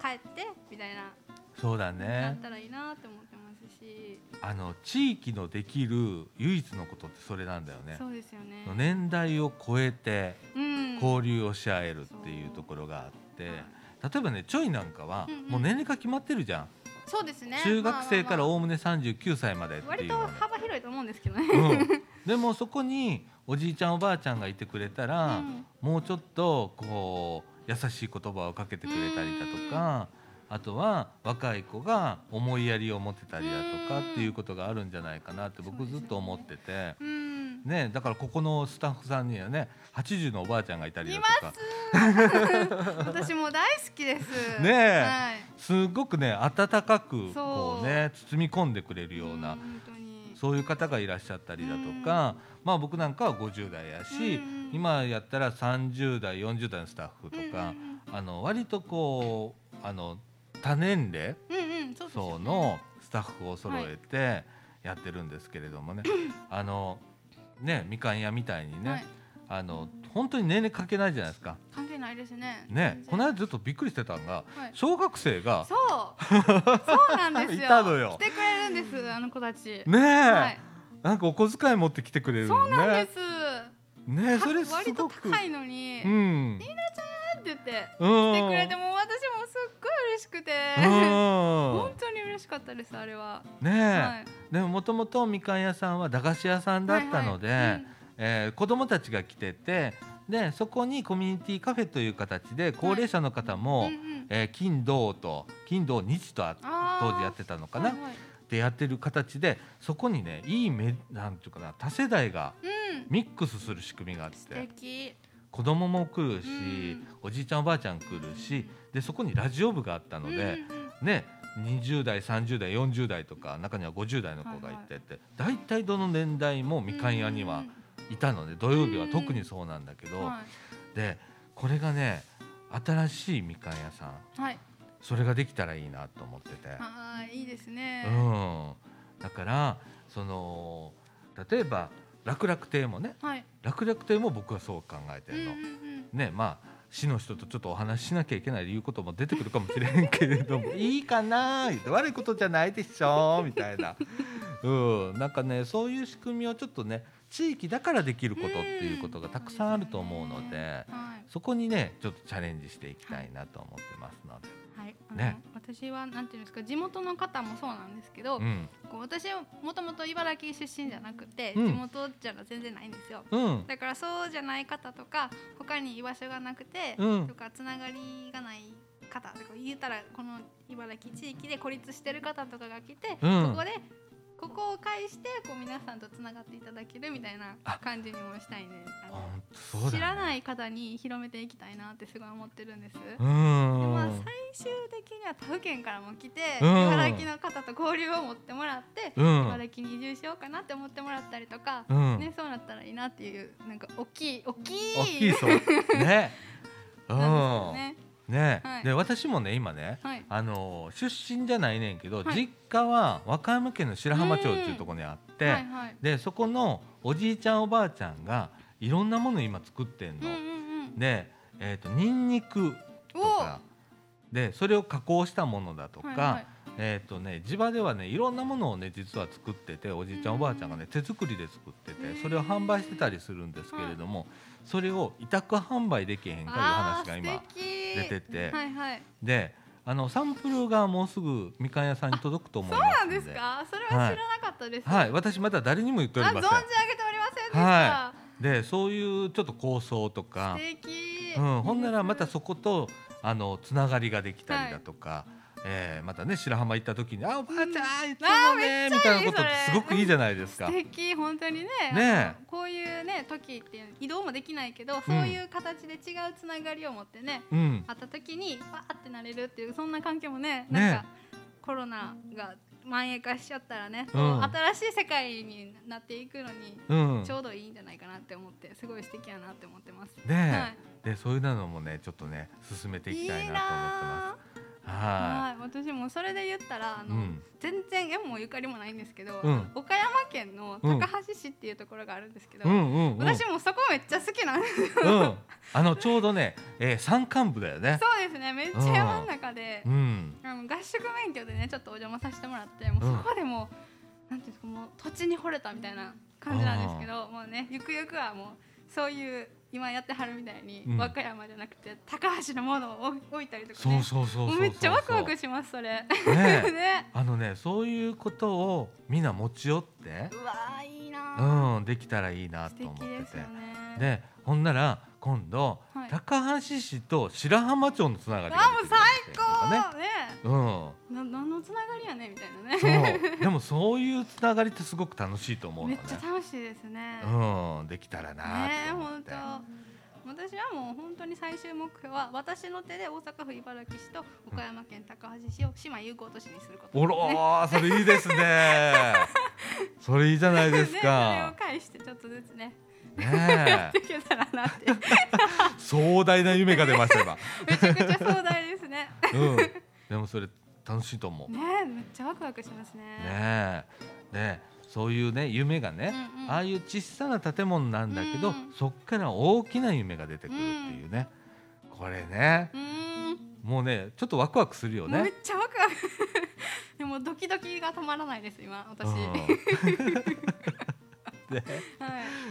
B: 帰ってみたいな、
A: そうだ
B: なっ
A: ね
B: たらいいなって思ってますし、
A: あの地域のできる唯一のことってそれなんだよね
B: そうですよね。
A: 年代を超えて
B: うん、
A: 交流をし合えるっていうところがあって
B: はい
A: 例えばねちょいなんかは
B: うんうん
A: もう年齢が決まってるじゃん、
B: そうですね
A: 中学生から
B: まあまあまあ
A: おおむね39歳までってい
B: 割
A: う
B: と
A: のね、
B: 幅広いと思うんですけ どね。
A: うん、でもそこにおじいちゃんおばあちゃんがいてくれたら、
B: うん
A: もうちょっとこう優しい言葉をかけてくれたりだとかあとは若い子が思いやりを持ってたりだとか
B: うん
A: っていうことがあるんじゃないかなって僕ずっと思ってて。
B: うん
A: ね、だからここのスタッフさんにはね80のおばあちゃんがいたりだ
B: い
A: と
B: ま
A: か
B: す。私も大好きです。
A: ねえ
B: はい。
A: すごくね温かくこ
B: そう
A: うね包み込んでくれるような
B: 本当に。
A: そういう方がいらっしゃったりだとか、まあ僕なんかは50代やし、
B: うん
A: 今やったら30代40代のスタッフとか、あの割とこうあの多年齢
B: うんうん。うんうん、そうですよ
A: 層
B: ね。
A: のスタッフを揃えてやってるんですけれども ね、あのねみかん屋みたいにね、
B: はい
A: あの本当に年齢かけないじゃないですか。
B: 関係ないですね。
A: ね
B: 全、然
A: この間ずっとびっくりしてたのが
B: はい
A: 小学生が
B: そう。そうなんですよ。
A: いたのよ
B: 来てくれるんです、あの子たち。
A: ねえ、
B: はい。
A: なんかお小遣い持ってきてくれる
B: そう
A: の
B: なん
A: ね
B: です。
A: ねえそれす
B: 割と
A: ごく
B: 高いのに。
A: う
B: なん
A: ん
B: て言って。
A: うん
B: 来てくれても、私もすっごい嬉しくて。
A: う
B: 本当に嬉しかったです、あれは。
A: んねえ、
B: はい。
A: でももともとみかん屋さんは駄菓子屋さんだったので、
B: はいはいうん
A: えー子供たちが来ててでそこにコミュニティカフェという形で高齢者の方も、
B: うんうん
A: えー金土と金土日とあ
B: あー
A: 当時やってたのかな、
B: はいはい
A: でやってる形でそこにねいいめなんていうかな多世代が
B: うん
A: ミックスする仕組みがあっ
B: 素
A: て
B: 敵
A: 子供も来るし、
B: うん
A: おじいちゃんおばあちゃん来るしでそこにラジオ部があったので、
B: うんうんうん
A: ね20代30代40代とか中には50代の子がいてて、大体どの年代もみかん屋にははいたので土曜日は特にそうなんだけ
B: う
A: ど、
B: んうんうんは
A: でこれがね新しいみかん屋さん
B: いはい
A: それができたらいいなと思ってて。
B: あーいいですね
A: うん、だからその例えば楽々亭もね
B: はい
A: 楽々亭も僕はそう考えて
B: うんう
A: る
B: ん
A: の。
B: うん
A: ねまあ市の人とちょっとお話ししなきゃいけないいうことも出てくるかもしれんけれど もいいかな言って悪いことじゃないでしょみたいな、うん、なんかねそういう仕組みをちょっとね地域だからできることっていうことがたくさんあると思うので
B: はい
A: そこにねちょっとチャレンジしていきたいなと思ってますので。
B: はい、あの
A: ね
B: 私はなんていうんですか地元の方もそうなんですけど、
A: うん、
B: こう私はもともと茨城出身じゃなくて、
A: うん
B: 地元じゃ全然ないんですよ
A: うん、
B: だからそうじゃない方とか他に居場所がなくて、
A: うん
B: とかつながりがない方とか言ったらこの茨城地域で孤立してる方とかが来て、
A: うん
B: ここでここを介してこう皆さんとつながっていただけるみたいな
A: あ
B: 感じにもしたいねあの
A: ほんとそうだね
B: 知らない方に広めていきたいなってすごい思ってるんです。
A: うん
B: でまあ、最終的には他府県からも来て、
A: うん
B: 茨城の方と交流を持ってもらって、
A: うん
B: 茨城に移住しようかなって思ってもらったりとか、
A: うん
B: ね、そうなったらいいなっていうなんか大きい大きい
A: 大きいそうね。う
B: なん
A: ん
B: ですよね。
A: ね
B: はい
A: で私もね今ね
B: はい
A: あのー出身じゃないねんけど、
B: はい
A: 実家は和歌山県の白浜町っていうところにあって、
B: はいはい。
A: でそこのおじいちゃんおばあちゃんがいろんなもの今作ってん
B: うん
A: の。
B: うんうん。
A: でえっ、とニンニクとかでそれを加工したものだとか、
B: はいはい
A: えっ、とね地場ではねいろんなものをね実は作ってておじいちゃんおばあちゃんがね手作りで作って
B: うん
A: てそれを販売してたりするんですけれども、それを委託販売できへんかいう話が今
B: あー素敵
A: 出てて
B: はいはい。
A: であのサンプルがもうすぐみかん屋さんに届くと思います
B: なん
A: の
B: ですか。それは知らなかったです。
A: はい私まだ誰にも言って
B: あ
A: おり
B: 存じ
A: ま
B: 上
A: せ
B: げて
A: ん
B: おりませんでした。
A: はでそういうちょっと構想とか、
B: 素敵。
A: うん、ほんならまたそことあのつながりができたりだとか、えーまたね白浜行った時に「あおばあちゃんいつもね」
B: あーめ
A: み
B: っちゃ
A: た
B: いい
A: いなことって
B: そ
A: す
B: れ
A: ごくいいじゃないですか
B: 素。敵本当にね
A: ねえ
B: こういうね時っていう移動もできないけど、そういう形で違うつながりを持ってね
A: うん、
B: 会った時にわーってなれるっていうそんな関係もね
A: ね
B: なんかコロナが蔓延化しちゃったらね、
A: うん
B: 新しい世界になっていくのに
A: うん
B: ちょうどいいんじゃないかなって思ってすごい素敵やなって思ってます。
A: ねえ
B: は
A: でそういうのもねちょっとね進めて
B: い、
A: いきたいなと思って
B: な
A: ま
B: あ
A: す。は
B: はい、私もそれで言ったらあ
A: い、う
B: の、
A: ん、
B: 全然縁もゆかりもないんですけど、
A: うん
B: 岡山県の高橋市っていうところがあるんですけど、
A: うんうんうん
B: 私もそこめっちゃ好きなん です
A: うん、あのちょうどね、えー、山間部だよね。
B: そうですねめっちゃ山の中で
A: う、ん、
B: あの合宿免許でねちょっとお邪魔させてもらってもううんそこでもう、なんていうんですかもう土地に惚れたみたいな感じなんですけどもうねゆくゆくはもうそういう今やってはるみたいに、
A: うん
B: 和歌山じゃなくて高橋のものを置置いたりとか
A: そ
B: ね
A: うそうそうそうそう
B: もうめっちゃワクワクしますそれ。
A: ねえ
B: ね
A: あのねそういうことをみんな持ち寄って、
B: うわーいいな
A: うん、できたらいいな
B: ー、
A: と思
B: 素
A: って
B: 敵です
A: て
B: よ。ね。
A: でほんなら今度、
B: はい
A: 高橋市と白浜町のつながりが
B: あもう最
A: で
B: 高ね
A: きるよ
B: な何のつながりやねみたいな
A: ね。う
B: ね。
A: ん、そうでもそういうつながりってすごく楽しいと思うの
B: めっ
A: ね
B: ちゃ楽しいですね。
A: うんできたらな
B: ねえ
A: と思っ
B: 本
A: て、
B: 当。私はもう本当に最終目標は私の手で大阪府茨城市と岡山県高橋市を島友好都市にすること
A: おらーそれいいです ねそれいいじゃないです
B: ね
A: か、
B: それを介してちょっとずつねや
A: ね
B: っ
A: え
B: ていけたらなって
A: 壮大な夢が出ました 今、
B: めちゃくちゃ壮大ですね
A: うん、でもそれ楽しいと思う
B: ねえめっちゃワクワクしますね
A: ねえねそういうね夢がね、
B: うんうん
A: ああいう小さな建物なんだけど、
B: うんうん
A: そっから大きな夢が出てくるっていうね、これね
B: うーん
A: もうねちょっとワクワクするよ
B: もうめ
A: ね
B: っ。ちゃワクワク でもドキドキが止まらないです今私、
A: うん
B: はい
A: で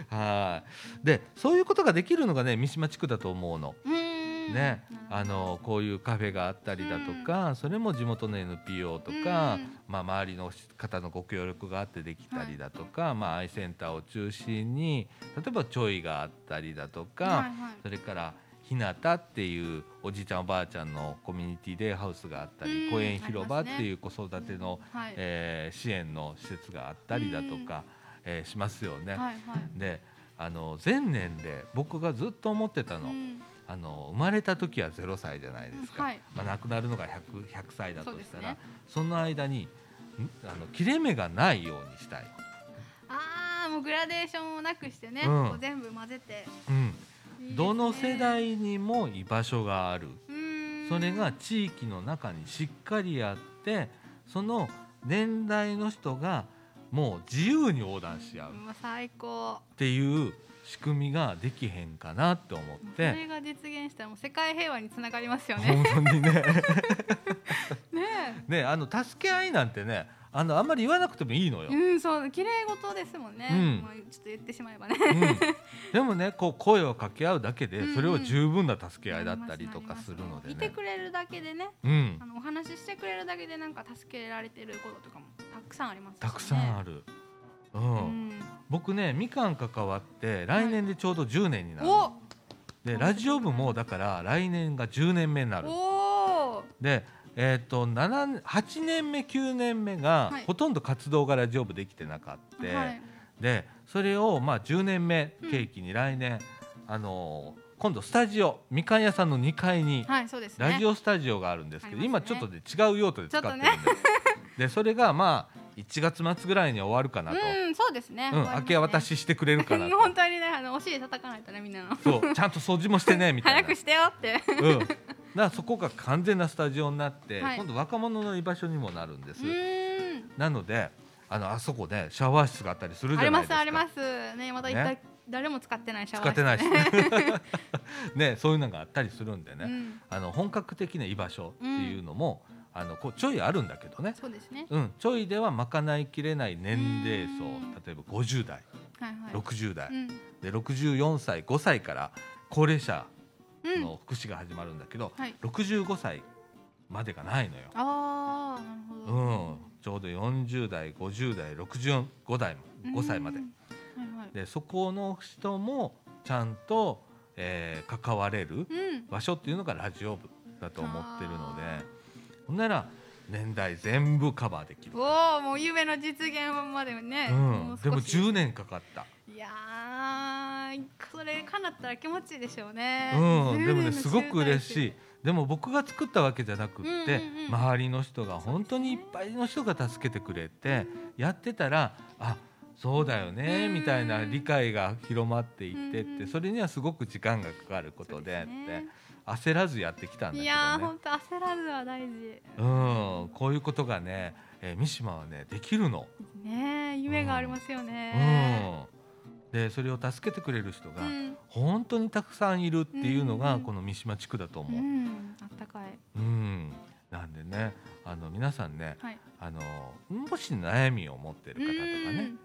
A: はいでそういうことができるのがね三島地区だと思うの。
B: うーん
A: ね、あのこういうカフェがあったりだとか、それも地元の NPO とか、
B: うん
A: まあ、周りの方のご協力があってできたりだとか、まあ、アイセンターを中心に例えばちょいがあったりだとか、
B: はいはい
A: それからひなたっていうおじいちゃんおばあちゃんのコミュニティデイハウスがあったり、
B: うん
A: 公園広場
B: あ
A: っ
B: り
A: て
B: ますね
A: いう子育ての、
B: はい
A: えー支援の施設があったりだとか、えーしますよね。
B: はいはい
A: であの前年で僕がずっと思ってたの,、
B: うん
A: あの生まれた時は0歳じゃないですか、
B: はい
A: まあ、亡くなるのが 100, 100歳だと
B: そうで
A: し
B: す
A: たらそ,、
B: ね
A: の間にんあの切れ目がないようにしたい。
B: ああもうグラデーションをなくしてね、
A: うん
B: こう全部混ぜて
A: うん
B: いいですね
A: どの世代にも居場所がある
B: うん
A: それが地域の中にしっかりあってその年代の人がもう自由に横断し合うっ
B: もう最高
A: ていう仕組みができへんかなって思っ
B: それ
A: て
B: が実現したらもう世界平和につながりますよ ね
A: 本当にね
B: ね
A: ねあの助け合いなんてねあのあんまり言わなくてもいいのよ
B: え。うんそう綺麗事ですもんね、
A: うん
B: まあ、ちょっと言ってしまえばね
A: うんでもねこう声を掛け合うだけ
B: うんう
A: で
B: ん
A: それを十分な助け合いだったりとかするので
B: いて
A: ね
B: く。れるだけでね
A: うん
B: あのお話ししてくれるだけでなんか助けられてることとかもたくさんありますしね
A: たくさんある。う、
B: うんん、
A: 僕ねみかん関わって来年でちょうど10年になるの、
B: お
A: でラジオ部もだから来年が10年目になる
B: おー
A: で、えー、と7 8年目9年目が
B: はい
A: ほとんど活動がラジオ部できてなかった、
B: はい、
A: でそれをまあ10年目契機に来年、あのー今度スタジオみかん屋さんの2階に
B: はい、そうですね
A: ラジオスタジオがあるんですけど、
B: ありま
A: 今
B: すね
A: ちょっとで違う用途で使ってるんで,、
B: ちょっ
A: でそれがまあ1月末ぐらいには終わるかなと、
B: うんそうです
A: う
B: ね、
A: ん
B: 終わりますね
A: 明け渡ししてくれるかなと
B: 本当にねあのお尻叩かないとねみんなの
A: そうちゃんと掃除もしてねみたいな
B: 早くしてよって
A: うん、だからそこが完全なスタジオになって、
B: はい
A: 今度若者の居場所にもなるんで
B: う
A: す、
B: ーん
A: なのであのあそこねシャワー室があったりする
B: あ
A: じ
B: り
A: ゃない
B: ま
A: です
B: す
A: か
B: ありますねまだ一回、
A: ね
B: 誰も使ってないシャワ
A: 使
B: ー
A: ってない
B: し
A: しねそういうのがあったりするんでね、
B: うん、
A: あの本格的な居場所っていうのも、あのこうちょいあるんだけどね
B: そうですね
A: うん、ちょいでは賄いきれない年齢層
B: うん
A: 例えば50代
B: はいはい
A: 60代、
B: うん
A: で64歳5歳から高齢者
B: うん
A: の福祉が始まるんだけど、
B: はい
A: 65歳までがないのよ。
B: ああなるほど、
A: うん、ちょうど40代50代65代も5歳まで
B: うんはいはい
A: でそこの人もちゃんと、えー関われる
B: うん
A: 場所っていうのがラジオ部だと思ってるので
B: あ
A: ほんなら年代全部カバーできる、
B: おおもう夢の実現までね、
A: う、
B: うんう
A: でも
B: 少し
A: 10年かかった、
B: いやーそれ叶ったら気持ちいいでしょうね
A: うん、でもねすごく嬉し
B: い
A: いでも僕が作ったわけじゃなくって、
B: うんうんうん
A: 周りの人が本当にいっぱいの人が助けてくれて、やってたらあそうだよね
B: うん
A: みたいな理解が広まっていってっ
B: うんう
A: て
B: ん
A: それにはすごく時間がかかることでって焦らずやってきたんだ
B: い
A: け
B: や
A: ど
B: ー
A: ね
B: 本当焦らずは大事
A: うんこういうことがね、えー三島はねできるの。
B: ねえ夢がありますよ
A: う
B: ね
A: んでそれを助けてくれる人が
B: うん
A: 本当にたくさんいるっていうの
B: うん
A: が
B: うん
A: この三島地区だと
B: う
A: 思う。
B: んあったかい
A: うん、なんでねあの皆さんね
B: はい
A: あのもし悩みを持ってる方とかね、え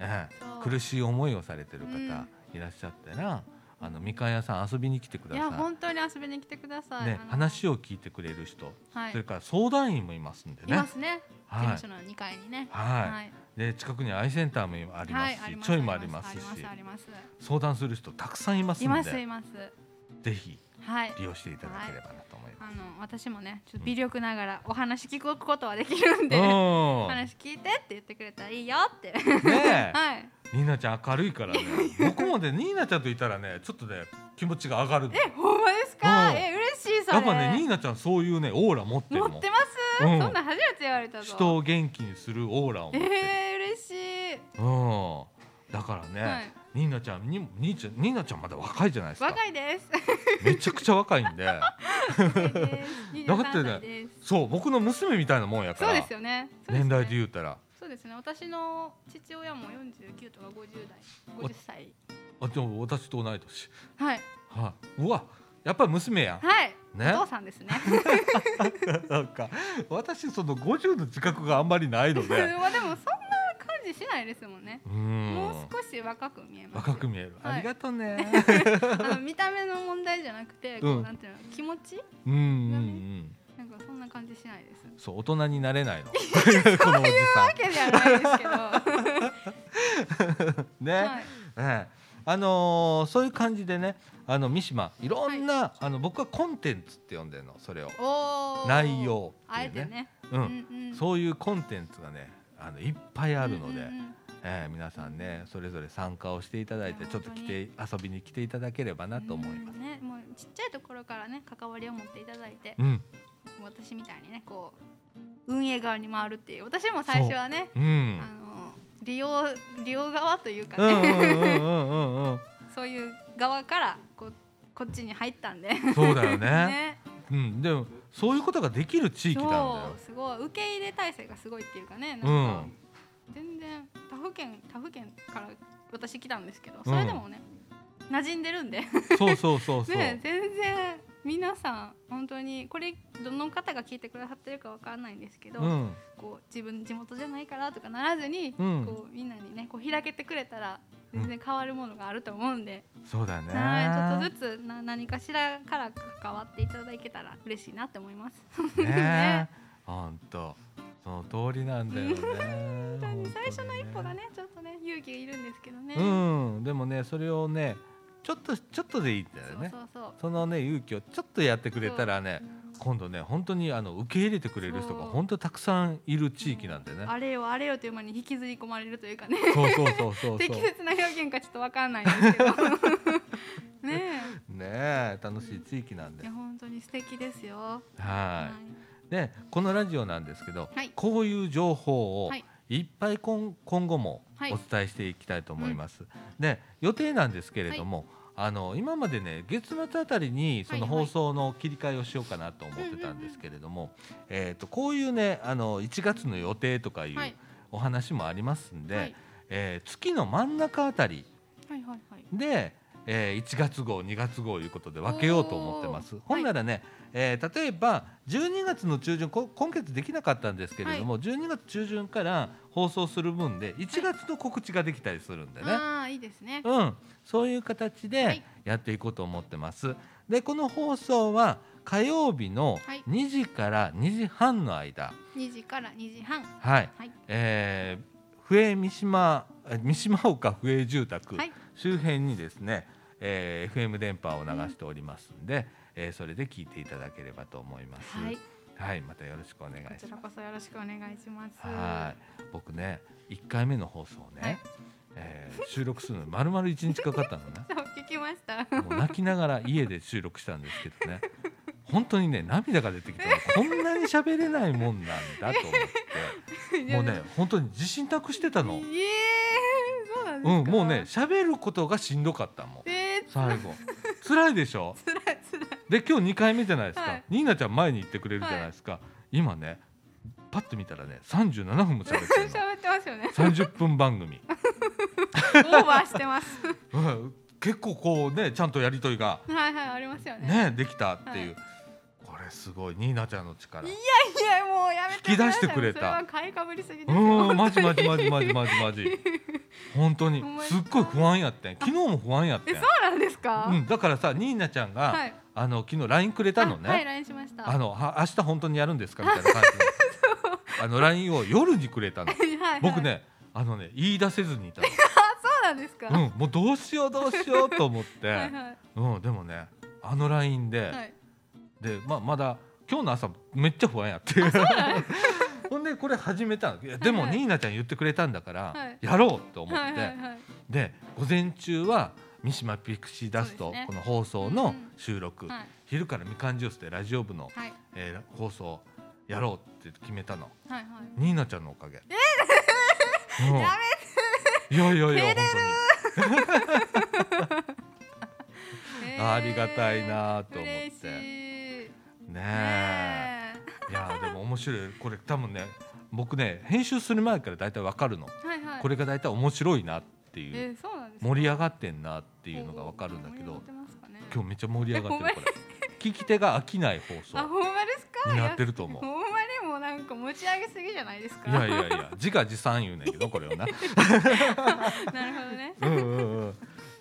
A: え苦しい思いをされてる方いらっしゃったら、あのみかん屋さん遊びに来てく
B: うんい
A: だ
B: や
A: さ
B: 本当に遊びに来てくだ
A: い。
B: さい
A: ね、話を聞いてくれる人、
B: はい
A: それから相談員もいますんで
B: い
A: ね
B: ま。すね事
A: はい
B: 務所。の2階にね
A: はい
B: い
A: で近くにアイセンターもありますし、
B: はい
A: ちょいもありますし
B: ありますあります
A: 相談する人たくさんいます
B: い
A: ん
B: ますい
A: で
B: ます
A: ぜひ
B: はい
A: 利用していただければなと思い
B: あ
A: ます。
B: の私もねちょっと微力ながらお話聞くことはできるんで
A: うん
B: 話聞いてって言ってくれたらいいよって
A: ねえ
B: はい
A: ニーナちゃん明るいからね僕もねニーナちゃんといたらねちょっとね気持ちが上がるの
B: えほんまですか
A: うん
B: え嬉しいそれ
A: やっぱねニーナちゃんそういうねオーラ持ってる
B: 持
A: もん
B: ってます、
A: うん
B: そんなん初めて言われたぞ
A: 人を元気にするオーラを持ってる、
B: えー、嬉しい
A: うんだからね、
B: はい
A: ニーナちゃんにもニーちゃんニーナちゃんまだ若いじゃないですか
B: 若いで す
A: めちゃくちゃ若いんで
B: 若いです23歳です
A: そう僕の娘みたいなもんやか
B: そう
A: ら
B: ですよねそうすね
A: 年代で言うたら
B: そうですね私の父親も49とか50代50歳
A: あでも私と同い年
B: はい
A: はいうわやっぱり娘 やん
B: はい、
A: ね
B: お父さんですね
A: なんか私その50の自覚があんまりないので
B: まあでもそんな感じじしないです もんね。
A: うん
B: もう少し若く見えます。
A: 若く見える、
B: はい
A: ありがとうね
B: あの見た目の問題じゃなくて、こ
A: う
B: うんなんていうの、気持ち。
A: うんうんうん
B: なんかそんな感じしないです。
A: そう大人になれないのこのおじさ
B: わけではないですけど。
A: ん ね、
B: はい。
A: ええあのーそういう感じでねあの三島いろんな、あの僕はコンテンツって呼んでるのそれを
B: おお。
A: 内。容っ
B: あえ
A: てい
B: て
A: うね
B: ね。
A: う、
B: うんん
A: そういうコンテンツがねあのいっぱいあるので、
B: うんうんうん
A: ええ皆さんねそれぞれ参加をしていただいて
B: いや
A: ちょっと来て遊びに来ていただければなと思います。
B: うんね、もうちっちゃいところからね関わりを持っていただいて、
A: うん、
B: 私みたいにねこう運営側に回るっていう私も最初はね、
A: うん、
B: あの利用利用側というか
A: うんうん
B: ね、
A: うんうんうん
B: そういう側からこうこっちに入ったんで。
A: うんそうだよね
B: ね、
A: うん、でもそういうことができる地域なんだよ
B: そうすごい受け入れ体制がすごいっていうかねなん
A: う
B: か
A: ん
B: 全然他府県他府県から私来たんですけどそれでもね、馴染んでるんで
A: そうそうそうそう、
B: ね全然皆さん本当にこれどの方が聞いてくださってるかわかんないんですけど、
A: うん
B: こう自分地元じゃないからとかならずに、
A: うん
B: こうみんなにねこう開けてくれたら全然変わるものがあると思うんで、
A: そうだね
B: はいちょっとずつな何かしらから関わっていただけたら嬉しいなって思います。
A: ね
B: ね
A: 本当その通りなん だよね
B: 本当に
A: 本当
B: 最初の一歩が
A: ね
B: ねちょっとね勇気がいるんですけどね。
A: うんでもねそれをねちょっとちょっとでいいんだよね
B: そうそうそう
A: そのね勇気をちょっとやってくれたらね今度ね本当にあの受け入れてくれる人が
B: そう
A: 本当たくさんいる地域なんでね
B: あれよあれよという間に引きずり込まれるというかね
A: そうそうそう そうそう
B: 適切な表現かちょっとわかんないんです けどね
A: ねえ楽しい地域なん
B: え
A: で
B: いや本当に素敵ですよ
A: はいでこのラジオなんですけど、
B: はい
A: こういう情報を
B: はい
A: いっぱい今今後も
B: はい
A: お伝えしていきたいと思います。で予定なんですけれども、あの今までね月末あたりにその
B: はいは
A: 放
B: い
A: 送の切り替えをしようかなと思ってたんですけれども、えー、とこういうねあの1月の予定とかいう
B: はい
A: お話もありますんで、
B: はい
A: えー月の真ん中あたり
B: はいはいはい
A: で、えー1月号2月号いうことで分けようと思ってます
B: おー
A: ほんならね、えー例えば12月の中旬こ今月できなかったんですけれども、12月中旬から放送する分で1月の告知ができたりするんでね、
B: ああいいですね
A: うん、そういう形
B: は
A: で
B: い
A: やっていこうと思ってます。でこの放送は火曜日の
B: はい
A: 2時から2時半の間、
B: 2時から2時半
A: はい
B: はい
A: えー、笛三島え三島岡笛住宅
B: はい
A: 周辺にですね、えー FM 電波を流しておりますんで、えーそれで聞いていただければと思います。
B: はい
A: はいまたよろしくお願い
B: こ
A: し
B: ちら
A: ま
B: こそよろしくお願いします
A: す。はい僕ね一回目の放送ね、
B: はい
A: えー収録するのに丸々一日かかったの ね。
B: そう聞きました
A: もう泣きながら家で収録したんですけどね本当にね涙が出てきたこんなに喋れないもんなんだと思 ってもうね本当に自信なくしてた
B: え
A: の
B: え、そうなん
A: う
B: です
A: ん、
B: か
A: もうね喋ることがしんどかったもん
B: えー、
A: 最後 辛いでしょ
B: つらいつらい
A: で今日2回目じゃないですか、
B: はい
A: ニーナちゃん前に行ってくれるじゃないですか、今ねパッと見たらね37分も喋ってる の
B: 喋ってますよね
A: 30分番組、
B: オーバーし てます
A: うん、結構こうねちゃんとやりとりが
B: はいはいありますよね
A: ねできたっていう、これすごいニーナちゃんの力
B: いいやもうやめて
A: 引き出してくれた
B: それは買いかぶりすぎです
A: う
B: よ
A: ーん、マジマジマジマジマジマジ。本当に
B: ほんま、です
A: す
B: か
A: っごい不安やってん、昨日も不安やって
B: え
A: ん。
B: そうなんですか、
A: うん、だからさ、ニーナちゃんが、
B: はい
A: あの、昨日ラインくれたの
B: あはい
A: ね。
B: ラインしました
A: あの、は明日本当にやるんですかみたいな感 じで。あの、ラインを夜にくれたの。
B: はいはい
A: 僕ね、あのね、言い出せずにいたの。
B: そうなんですか、
A: うん、もうどうしよう、どうしようと思っ
B: は
A: て
B: い。はい
A: うん、でもね、あのラインで。
B: はい
A: でまあまだ今日の朝めっちゃ不安やって ほんでこれ始めたのいやでも
B: はいはい
A: ニーナちゃん言ってくれたんだから、
B: はい
A: やろうと思って、
B: はいはいはい
A: で午前中は三島ピクシーダス
B: そ
A: ト、
B: うですね
A: この放送
B: うんう
A: の
B: ん
A: 収録、
B: はい
A: 昼からみかんジュースでラジオ部の、
B: はい
A: えー放送やろうって決めたの
B: はいはい
A: ニーナちゃんのおかげ。 うん
B: や
A: いやいやいや本
B: え
A: ありがたいなと思って
B: 嬉しい
A: 当にね
B: ね
A: え。
B: え
A: いやーでも面白いこれ多分ね僕ね編集する前から大体わかるの、
B: はいはい
A: これが大体面白いなっていう、
B: えー、そうなんですか
A: 盛り
B: っ
A: 上がってんなっていうのがわかるんだけど今
B: 今日
A: 日めっちゃ盛り上がって
B: え
A: るこれ聞き手が飽きない放
B: あ
A: 送
B: ほんまですか
A: になって
B: る
A: ると思
B: ほんまにもうなんかも持ち上げすぎじゃないですか
A: いやいやいや自画自賛言うねんけどこれをな
B: なるほどね
A: うんうん、うん、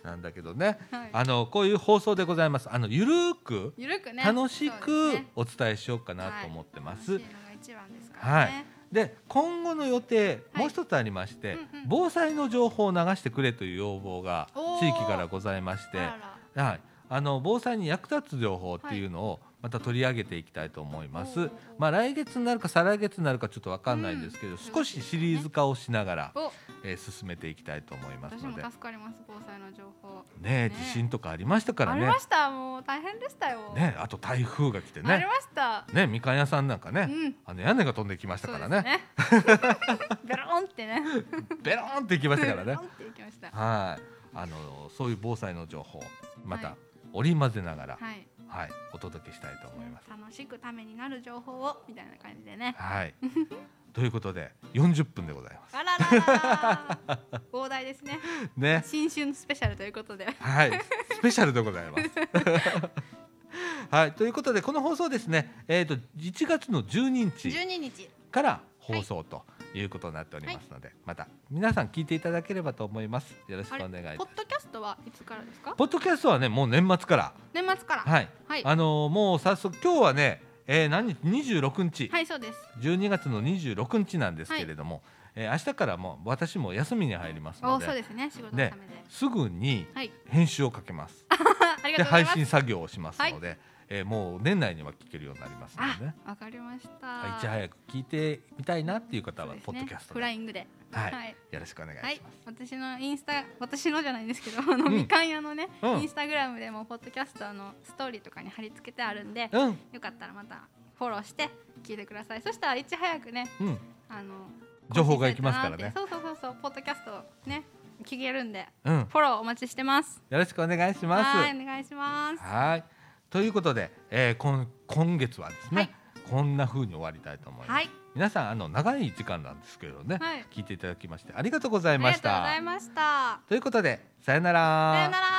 A: なんだけどね
B: はい
A: あのこういう放送でございますあのゆるーく
B: ゆるくね
A: 楽し
B: そう
A: く
B: ですね
A: お伝えしようかなと思ってます、
B: 楽しいのが一番ですからね
A: で今後の予定、
B: はい
A: もう一つありまして、
B: うんうん
A: 防災の情報を流してくれという要望が
B: おー
A: 地域からございまして、
B: あらら
A: はい、あの防災に役立つ情報っていうのをまた取り上げていきたいと思います。
B: おー
A: まあ、来月になるか再来月になるかちょっとわかんないんですけど、
B: うん
A: 少しシリーズ化をしながら、
B: お
A: えー進めていきたいと思います
B: 私
A: の
B: も
A: で
B: 助。かります防災の情報
A: ねえ
B: ね
A: 地震とかありましたから
B: あり
A: ね
B: ま。したもう大変でしたよ
A: ねえあと台風が来て
B: あり
A: ね。
B: ました
A: ねえみかん屋さんなんかね、
B: うん
A: あの屋根が飛んできました
B: そう
A: か
B: で
A: ら
B: す
A: ね
B: ね ベロンってね
A: ベローンっていきましたから
B: ベ
A: ね
B: ロン。っていきましたは
A: はい、あのそういう防災の情報、また織り交ぜながら、はい、
B: い
A: お届けしたいと思います。
B: 楽しくためになる情報をみたいな感じで ね
A: はい。ということで、40分でございま
B: あらららら膨大ですね
A: す。ね。
B: 新春スペシャルということで
A: はい、 スペシャルでございます。 はい、ということで、この放送ですね、えっ、と、1月の12日
B: 12日
A: から放送ということになっておりますので、また皆さん聞いていただければと思います。よろしくお
B: あれ
A: 願いいたし
B: ポ
A: ま
B: ッ
A: す。
B: ドキャストはいつからですか
A: ポッドキャストはね、もう年末から、
B: 年末からはい、
A: はい、あのーもう早速今日はね、えー、何日26日、
B: はい、そうです
A: 12月の26日なんですけれども、えー明日からもう私も休みに入ります
B: お
A: の
B: おそう
A: で
B: ですね仕事の
A: ね
B: ためで、
A: すぐに
B: はい
A: 編集をかけます
B: あり
A: で
B: がとうござ
A: 配
B: います
A: 信作業をしますので、えーもう年内には聞けるようになりますのでね
B: あわかりました
A: いち早く聞いてみたいなっていう方
B: そう
A: は
B: ですね
A: ポッドキャスト
B: フ
A: で、
B: ライングで
A: はい
B: はい
A: よろしくお願いします、
B: はい、私のインスタ私のじゃないんですけどあの、
A: うん
B: みかん屋のね、
A: うん
B: インスタグラムでもポッドキャストのストーリーとかに貼り付けてあるんで、
A: うん
B: よかったらまたフォローして聞いてくださいそしたらいち早くね
A: うん
B: あの
A: 情報がいきますからね
B: 更新されたなってそうそうそうそうポッドキャストね聞けるんで
A: うん
B: フォローお待ちしてます
A: よろしくお願いします
B: はいお願いします
A: はいということで、えー、今今月はですね、
B: はい
A: こんな風に終わりたいと思います、
B: はい
A: 皆さんあの長い時間なんですけどね、
B: はい
A: 聞いていただきましてありがとうござ
B: あ
A: い
B: り
A: ま
B: がと
A: し
B: うござい
A: た
B: ました
A: ということでさよな
B: さよなら